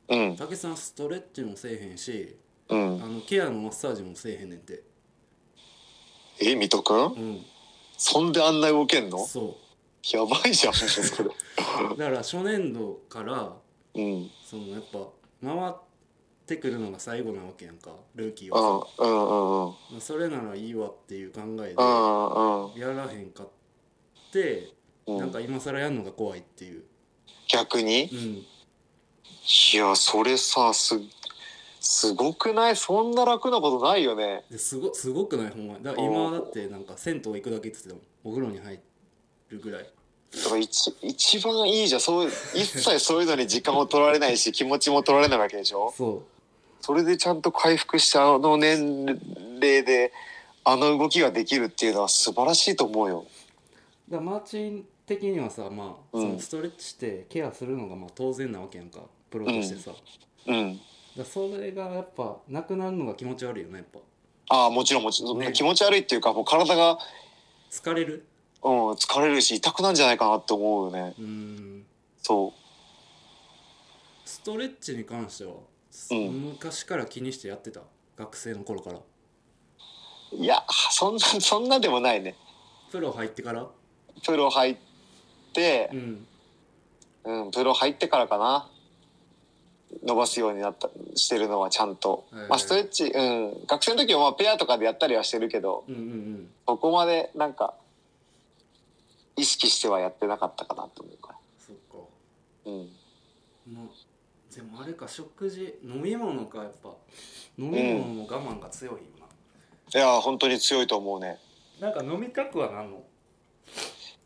S2: うん
S1: たけしさんストレッチもせえへんし
S2: う
S1: あ
S2: ん
S1: のケアのマッサージもせえへんねんて
S2: え水戸く
S1: う
S2: ん
S1: ん
S2: そんであんな動けんの
S1: そ
S2: やばいじゃんもう それ
S1: うだから初年度から
S2: うん
S1: そのやっぱ回ってくるのが最後なわけやんかルーキー
S2: う
S1: は
S2: んうんうんうん
S1: さそれならいいわっていう考え
S2: う
S1: で
S2: んうん
S1: やらへんかって
S2: うん
S1: なんか今更やんのが怖いっていう
S2: 逆に
S1: うん
S2: いやそれさすすごくないそんな楽なことないよね
S1: ですごすごくないほんまにだから
S2: う
S1: 今
S2: ん
S1: だってなんか銭湯行くだけって言ってたもんお風呂に入るぐらい
S2: だから一一番いいじゃんそう一切そういうのに時間も取られないし気持ちも取られないわけでしょ
S1: そ
S2: それでちゃんと回復してあの年齢であの動きができるっていうのは素晴らしいと思うよ
S1: うだからマーチン的にはさまあ、
S2: うん
S1: そのストレッチしてケアするのがまあ当然なわけやんかプロとしてさ、だか
S2: うん
S1: らそれがやっぱなくなるのが気持ち悪いよねやっぱ
S2: ああもちろんもちろん、
S1: ね
S2: 気持ち悪いっていうかもう体が、
S1: 疲れる
S2: うん、疲れるし痛くなんじゃないかなって思うよね
S1: うーん
S2: そ
S1: ストレッチに関しては、
S2: うん
S1: 昔から気にしてやってた学生の頃から
S2: ういやそんなそんなでもないね
S1: プロ入ってから
S2: プロ入って
S1: うん
S2: うん、プロ入ってからかな伸ばすようになったしてるのはちゃんと、
S1: はいはい
S2: まあ、ストレッチ、うん、学生の時はまあペアとかでやったりはしてるけど
S1: うんうんうん
S2: そこまでなんか意識してはやってなかったかなと思うか、
S1: そっから
S2: うん、
S1: まあでもあれか食事飲み物かやっぱ飲み物も我慢が強いよな、
S2: いや本当に強いと思うね
S1: なんか飲みたくはなんの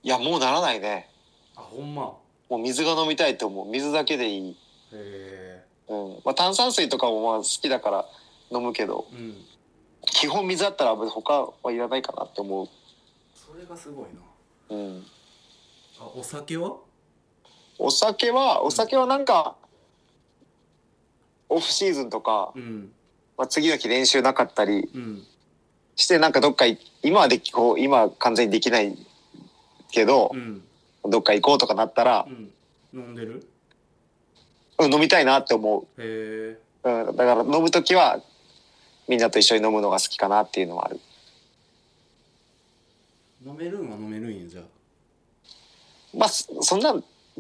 S2: いやもうならないね
S1: あほんま
S2: もう水が飲みたいと思う水だけでいい、
S1: へ
S2: うんまあ、炭酸水とかもまあ好きだから飲むけど
S1: えうん
S2: 基本水あったら他はいらないかなって思
S1: それがすごいな
S2: う、うん、
S1: あお酒は
S2: お酒はお酒はなんか、オフシーズンとか、
S1: うん
S2: まあ、次の日練習なかったり
S1: うん
S2: してなんかどっかい今はできこう今は完全にできないけど
S1: う、ん
S2: どっか行こうとかなったら
S1: う、ん飲んでる
S2: うん、飲みたいなって思
S1: へえ
S2: う、うん、だから飲む時はみんなと一緒に飲むのが好きかなっていうのはある
S1: 飲めるんは飲めるんやじゃあ
S2: まあそそんな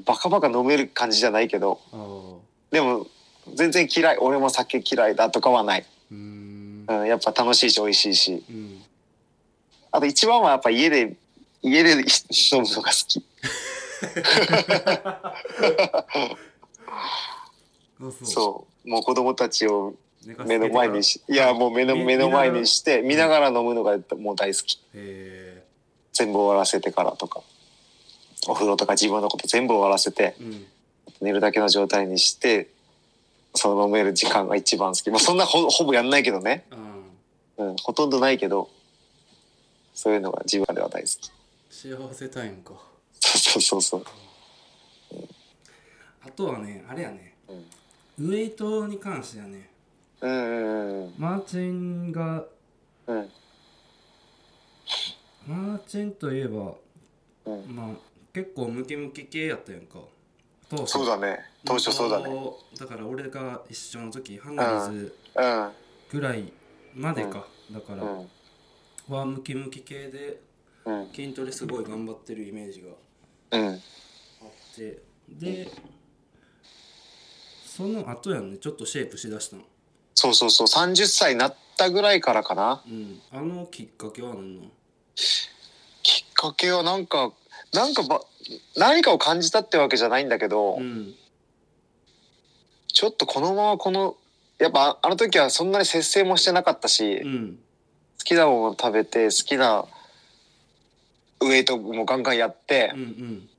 S2: バカバカ飲める感じじゃないけど
S1: ああ
S2: でも全然嫌い俺も酒嫌いだとかはないう
S1: ーんうん
S2: うん、やっぱ楽しいし美味しいし。
S1: うん
S2: あと一番はやっぱ家で、家で飲むのが好き。
S1: あそう
S2: そう。もう子供たちを
S1: 寝かしつけ
S2: 目
S1: てから
S2: の前にし、いやもう目の、
S1: み
S2: 目の前
S1: 見ながら
S2: にして、見ながら飲むのがもう大好き。
S1: へ
S2: 全部終わらせてからとか。お風呂とか自分のこと全部終わらせて
S1: え、うん
S2: 寝るだけの状態にして、その飲める時間が一番好き。まあそんなほほぼやんないけどね。
S1: あー
S2: うん、ほとんどないけど、そういうのが自分では大好き。
S1: 幸せタイムか
S2: そうそうそうそう。
S1: あとはねあれやね
S2: うん
S1: ウエイトに関してはね
S2: うんうん
S1: マーチンが
S2: うんうん
S1: マーチンといえば
S2: うん
S1: まあ結構ムキムキ系やったやんか当初
S2: そうだね当初そうだね
S1: 本当だから俺が一緒の時ハンガーズぐらいまでか、だか
S2: う
S1: ら、
S2: んうん
S1: はムキムキ系で
S2: うん
S1: 筋トレすごい頑張ってるイメージが
S2: うん
S1: あってでその後やんねちょっとシェイプしだしたの
S2: そうそうそう30歳になったぐらいからかな
S1: うんあのきっかけは何なの
S2: きっかけはなんかなんかば何かを感じたってわけじゃないんだけど、
S1: うん
S2: ちょっとこのままこのやっぱああの時はそんなに節制もしてなかったし、
S1: う
S2: 好
S1: ん
S2: きなもの食べて好きなウエイトもガンガンやって、
S1: うんう
S2: っ
S1: ん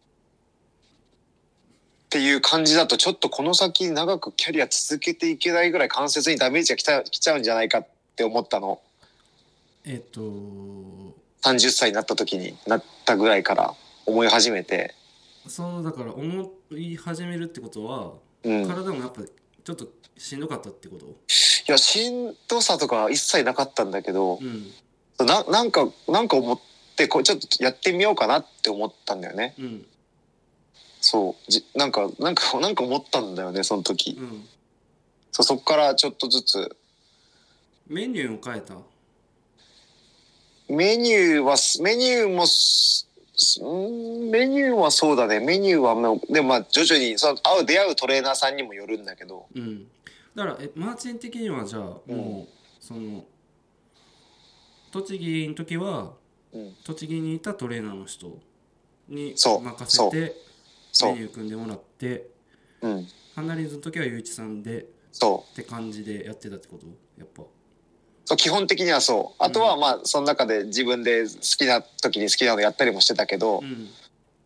S2: ていう感じだとちょっとこの先長くキャリア続けていけないぐらい関節にダメージがきたきちゃうんじゃないかって思ったの。
S1: えっ、と
S2: 30歳になった時になったぐらいから思い始めて、
S1: そのだから思い始めるってことは、
S2: うん、い
S1: 体もやっぱちょっとしんどかったってこと
S2: やしんどさとか一切なかったんだけど
S1: うん
S2: ななんかなんか思ってこうちょっとやってみようかなって思ったんだよね
S1: うん
S2: そうじなんかなんかなんか思ったんだよねその時
S1: うん
S2: そうそっからちょっとずつ
S1: メニューを変えた
S2: メニューはすメニューもすすんメニューはそうだねメニューはもうでもまあ徐々にその会う出会うトレーナーさんにもよるんだけど
S1: うんだからえマーチン的にはじゃあもう、
S2: うん
S1: その栃木の時は
S2: うん
S1: 栃木にいたトレーナーの人に
S2: そう
S1: 任せて
S2: そ
S1: メ
S2: う
S1: ニュー組んでもらって
S2: うん
S1: ハンナリーズの時はゆういちさんで
S2: そう
S1: って感じでやってたってことやっぱ
S2: そう基本的にはそうあとはまあその中で自分で好きな時に好きなのやったりもしてたけど、
S1: うん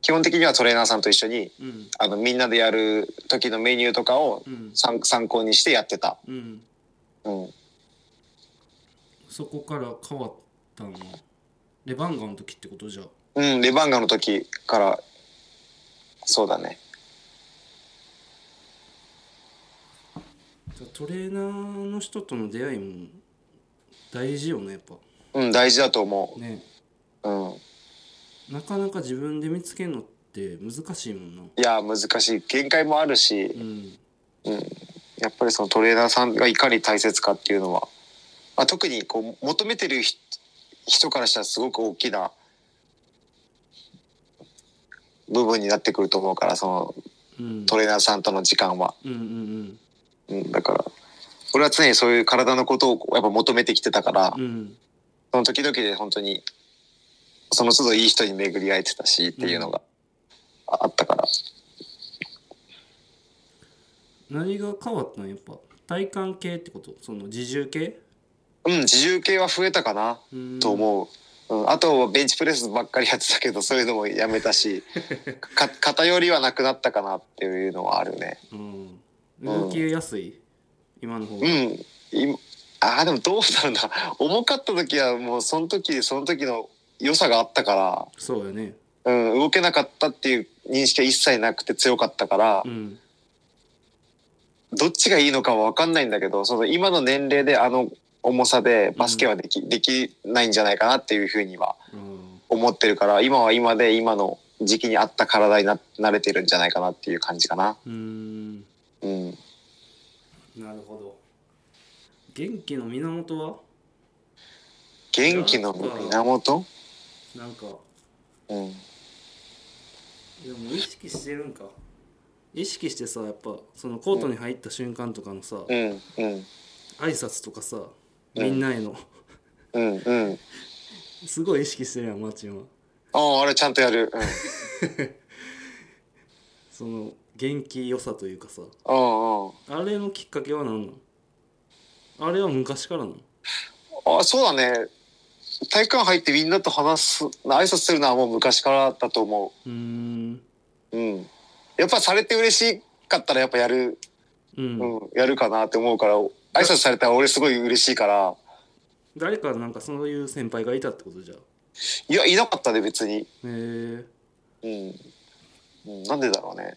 S2: 基本的にはトレーナーさんと一緒に
S1: うん
S2: あのみんなでやる時のメニューとかを
S1: うん
S2: 参参考にしてやってた、
S1: うん
S2: うん、
S1: そこから変わったのレバンガの時ってことじゃあ
S2: うん、レバンガの時からそうだね
S1: じゃあトレーナーの人との出会いも大事よねやっぱ
S2: うん大事だと思
S1: ね
S2: う、うん、
S1: なかなか自分で見つけるのって難しいもんない
S2: や難しい限界もあるし
S1: うん
S2: やっぱりそのトレーナーさんがいかに大切かっていうのは、まあ、特にこう求めてる人人からしたらすごく大きな部分になってくると思うからその
S1: うん
S2: トレーナーさんとの時間は、
S1: うんうん
S2: うん、だから俺は常にそういう体のことをやっぱ求めてきてたから、
S1: うんうん
S2: その時々で本当にその都度いい人に巡り合えてたしっていうのがあったから、
S1: 何が変わったのやっぱ体幹系ってことその自重系
S2: うん、自重系は増えたかな。と
S1: う
S2: 思う、うん、あとはベンチプレスばっかりやってたけどそういうのもやめたしか偏りはなくなったかなっていうのはあるね
S1: ん、うん、動きやすい、今の方
S2: う
S1: が
S2: んいあーでもどうなんだろう重かった時はもうその時その時の良さがあったか
S1: そうやね
S2: ら、うん、動けなかったっていう認識は一切なくて強かったから、
S1: うん
S2: どっちがいいのかは分かんないんだけどその今の年齢であの重さでバスケはでき,、できないんじゃないかなっていうふうには
S1: うん
S2: 思ってるから今は今で今の時期に合った体にな慣れてるんじゃないかなっていう感じかな
S1: うん
S2: うん
S1: なるほど元気の源は
S2: 元気の源
S1: なんか
S2: うん
S1: でも意識してるんか意識してさやっぱそのコートに入った瞬間とかのさ、
S2: うんうん
S1: 挨拶とかさ
S2: うん
S1: みんなへの
S2: うんうん。
S1: すごい意識してるやんマーチンは
S2: ああ、あれちゃんとやる。うん。
S1: その元気良さというかさ
S2: あ
S1: あれのきっかけは何なのあれは昔からなの
S2: あ、ああ。あそうだね。体育館入ってみんなと話す、挨拶するのはもう昔からだと思
S1: うーん
S2: う。うん。やっぱされて嬉しかったらやっぱやる、
S1: うん、
S2: うん、やるかなって思うから、挨拶されたら俺すごい嬉しいから、
S1: 誰かなんかそういう先輩がいたってことじゃ
S2: いや、いなかったで別に。
S1: へえ
S2: うん。うん、なんでだろうね。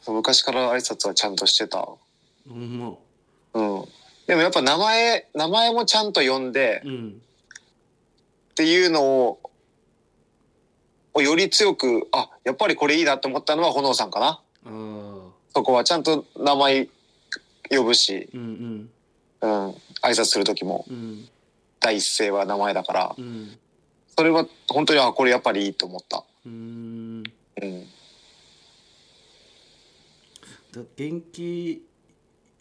S2: そう昔から挨拶はちゃんとしてた。
S1: ほんま
S2: うん。でもやっぱ名前、名前もちゃんと呼んで
S1: う、ん
S2: っていうのを、をより強く、あ、やっぱりこれいいなと思ったのは炎さんかな。
S1: ああ
S2: そこはちゃんと名前呼ぶし、
S1: うんうん
S2: うん、挨拶する時も
S1: うん
S2: 第一声は名前だから、
S1: うん
S2: それは本当に、あ、これやっぱりいいと思った。
S1: うーん
S2: うん。
S1: だ元気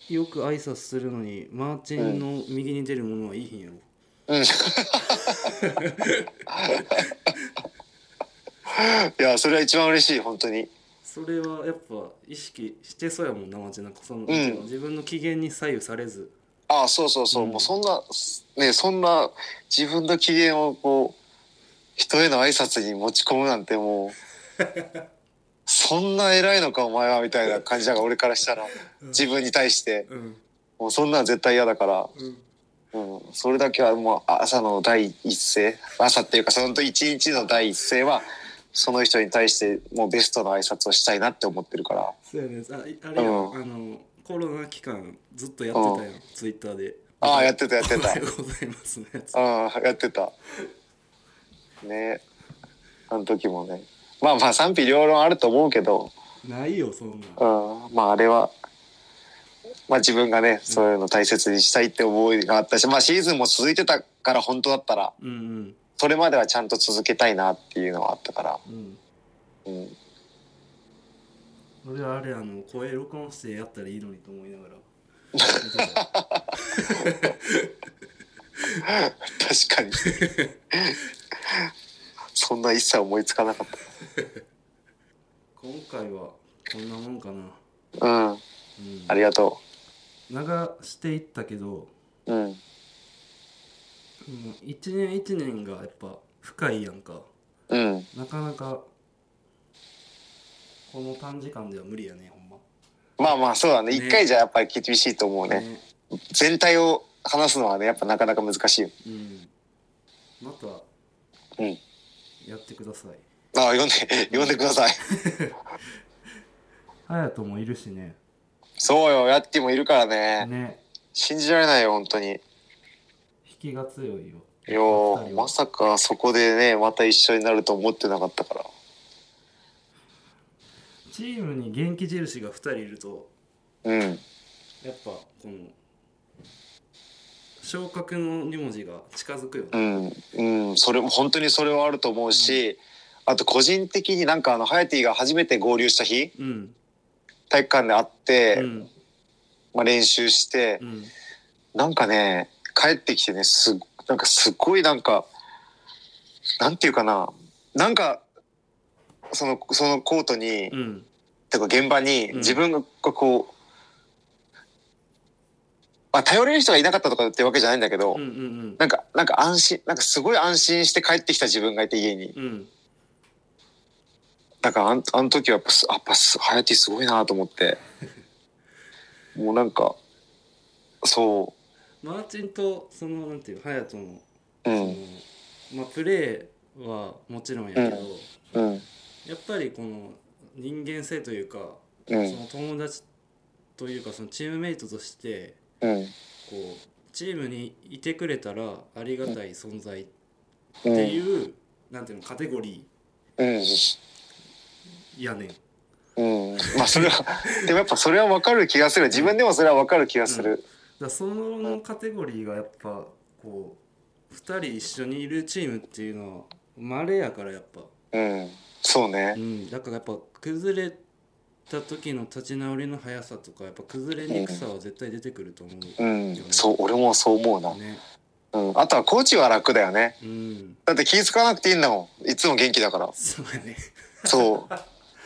S1: よく挨拶するのにマーチンの右に出るものはいいひんやろ、
S2: うん。いや、それは一番嬉しい、本当に。
S1: それはやっぱ意識してそうやもんなマーチンなんかその、
S2: ん
S1: 自分の機嫌に左右されず
S2: ああ、そうそうそう、
S1: うん
S2: もうそんな、ね、そんな自分の機嫌をこう、人への挨拶に持ち込むなんてもう、 そんな偉いのかお前はみたいな感じだから俺からしたら、自分に対して、
S1: うん
S2: もうそんなん絶対嫌だから、
S1: うん
S2: うん、それだけはもう朝の第一声、朝っていうかその一日の第一声は、その人に対してもうベストの挨拶をしたいなって思ってるから。
S1: そうやねああれや、
S2: うん
S1: あのコロナ期間ずっとやってたやん、ツイッターで
S2: ああ、や
S1: っ
S2: ってたやって
S1: おは
S2: た
S1: よ。 うございますのやつ
S2: ああやってたねあの時もねまあまあ賛否両論あると思うけど、
S1: ないよそんな
S2: うん、まああれはまあ自分がねそういうの大切にしたいって思いがあったしまあシーズンも続いてたから本当だったら
S1: うんうん
S2: それまではちゃんと続けたいなっていうのはあったから、
S1: うん
S2: うん、
S1: 俺はあれあの声録音してやったらいいのにと思いながら
S2: 確かに そんな一切思いつかなかっ
S1: 今回はこんなもんかな、
S2: たうん
S1: うん
S2: ありがと
S1: 長していったけど、
S2: ううん
S1: うん、一年一年がやっぱ深いやんか
S2: うん
S1: なかなかこの短時間では無理やねほんま
S2: まあまあそうだね
S1: ね
S2: 一回じゃやっぱり厳しいと思うね
S1: ね
S2: 全体を話すのはねやっぱなかなか難しいよ
S1: うんまた
S2: うん
S1: やってください
S2: ああ読んで読んでください
S1: 隼人もいるしね
S2: そうよやってもいるからね
S1: ね
S2: 信じられないよ本当に
S1: 引きが強いよ
S2: いやーまさかそこでねまた一緒になると思ってなかったから
S1: チームに元気印が2人いると
S2: うん
S1: やっぱこの昇格の2文字が近づくよ
S2: う
S1: ね
S2: んうんそれも本当にそれはあると思うし、あと個人的になんかあのハヤティが初めて合流した日
S1: うん
S2: 体育館で会って、
S1: うん
S2: まあ、練習して、
S1: うん
S2: なんかね、帰ってきてね、す、なんかすごいなんか、なんていうかな、なんか、その、そのコートに、
S1: うん
S2: てか現場に
S1: うん
S2: 自分がこう、まあ、頼れる人がいなかったとかってわけじゃないんだけど、
S1: うんうん
S2: なんか、なんか安心、なんかすごい安心して帰ってきた自分がいて家に。
S1: うんうん
S2: だからあん、あの時はやっぱす、やっぱす、ハヤティすごいなと思って。もうなんか、そ
S1: マーチンとそのなんていう隼人の
S2: う、う
S1: その
S2: ん、
S1: まあプレーはもちろんやけど
S2: ううん、
S1: やっぱりこの人間性というか
S2: う
S1: そ
S2: ん、
S1: の友達というかそのチームメイトとして
S2: うん、
S1: こうチームにいてくれたらありがたい存在っ
S2: う
S1: て
S2: ん。
S1: いう、なんていうのカテゴリ
S2: うん
S1: ーやねん
S2: うん、まあそれは でもやっぱそれは分かる気がする自分でもそれは分かる気がする、
S1: だからそのカテゴリーがやっぱこう2人一緒にいるチームっていうのは稀やからやっぱ、
S2: うんそう
S1: う
S2: ね
S1: ん、だからやっぱ崩れった時の立ち直りの速さとかやっぱ崩れにくさは絶対出てくると思う
S2: う
S1: よ
S2: ん、そう、俺もそう思うな。
S1: ね。
S2: うん、あとはコーチは楽だよね。
S1: うん、
S2: だって気ぃ使わなくていいんだもん。いつも元気だから。
S1: そうやね。
S2: そう。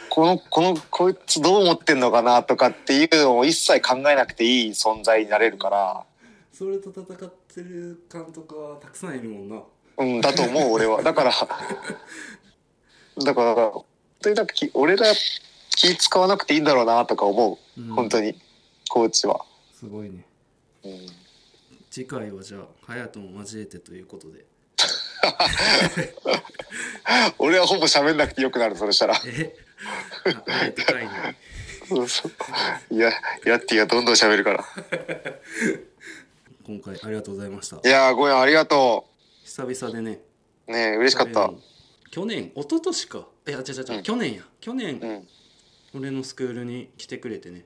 S2: この、この、こいつどう思ってんのかなとかっていうのを一切考えなくていい存在になれるから、
S1: それと戦ってる監督はたくさんいるもんな。
S2: うん、だ と思う、俺は。だから、だから、本当になんかき俺ら気ぃ使わなくていいんだろうなとか思
S1: う
S2: う。
S1: ん
S2: 本当に、コーチは。
S1: すごいね。
S2: うん
S1: 次回はじゃあ隼人も交えてということで。
S2: 俺はほぼ喋んなくてよくなる、それしたら。
S1: え、 ああえて会に。
S2: そうそういや、ヤッティがどんどん喋るから。
S1: 今回ありがとうございました
S2: い。やー、ごめん、ありがと
S1: 久々でね。
S2: う。ねえ嬉しかった。
S1: 去年、一昨年か。いや、違う違う違
S2: う
S1: う、
S2: ん
S1: 去年や。去年、
S2: うん、
S1: 俺のスクールに来てくれてね。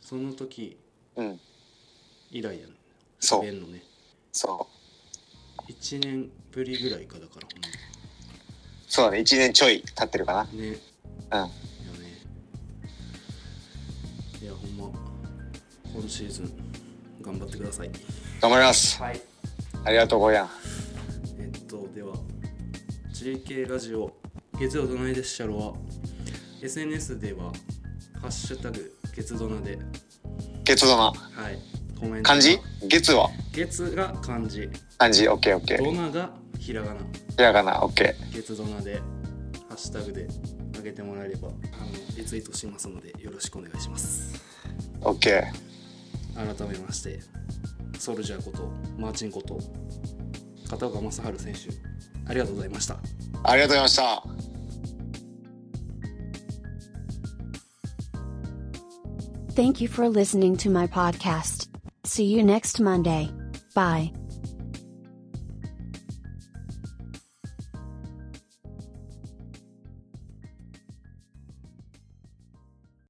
S1: その時
S2: うん、
S1: 以来やね。
S2: そう
S1: 喋んのね。
S2: そう。
S1: 1年ぶりぐらいかだからほんま
S2: そうだね、1年ちょい経ってるか
S1: ねよね
S2: な。うん。
S1: いやほんま今シーズン頑張ってください
S2: 頑張ります。
S1: はい
S2: ありがとう、ごやん。
S1: えっとでは JK ラジオ月曜どないでっしゃろは SNS では「ハッシュタグ月どな」で
S2: 月だ
S1: は
S2: な。
S1: いコメント
S2: 漢字月は
S1: 月が漢字
S2: 漢字、オッケーオッケー。
S1: どながひらがな
S2: ひらがな、オッケ
S1: 月ドナでハッシュタグで上げてもらえればあのリツイートしますのでよろしくお願いします
S2: ー。オッケ
S1: 改めましてソルジャーことマーチンこと片岡正治選手ありがとうございました
S2: ー。ありがとうございました。
S4: Thank you for listening to my podcast. See you next Monday. Bye.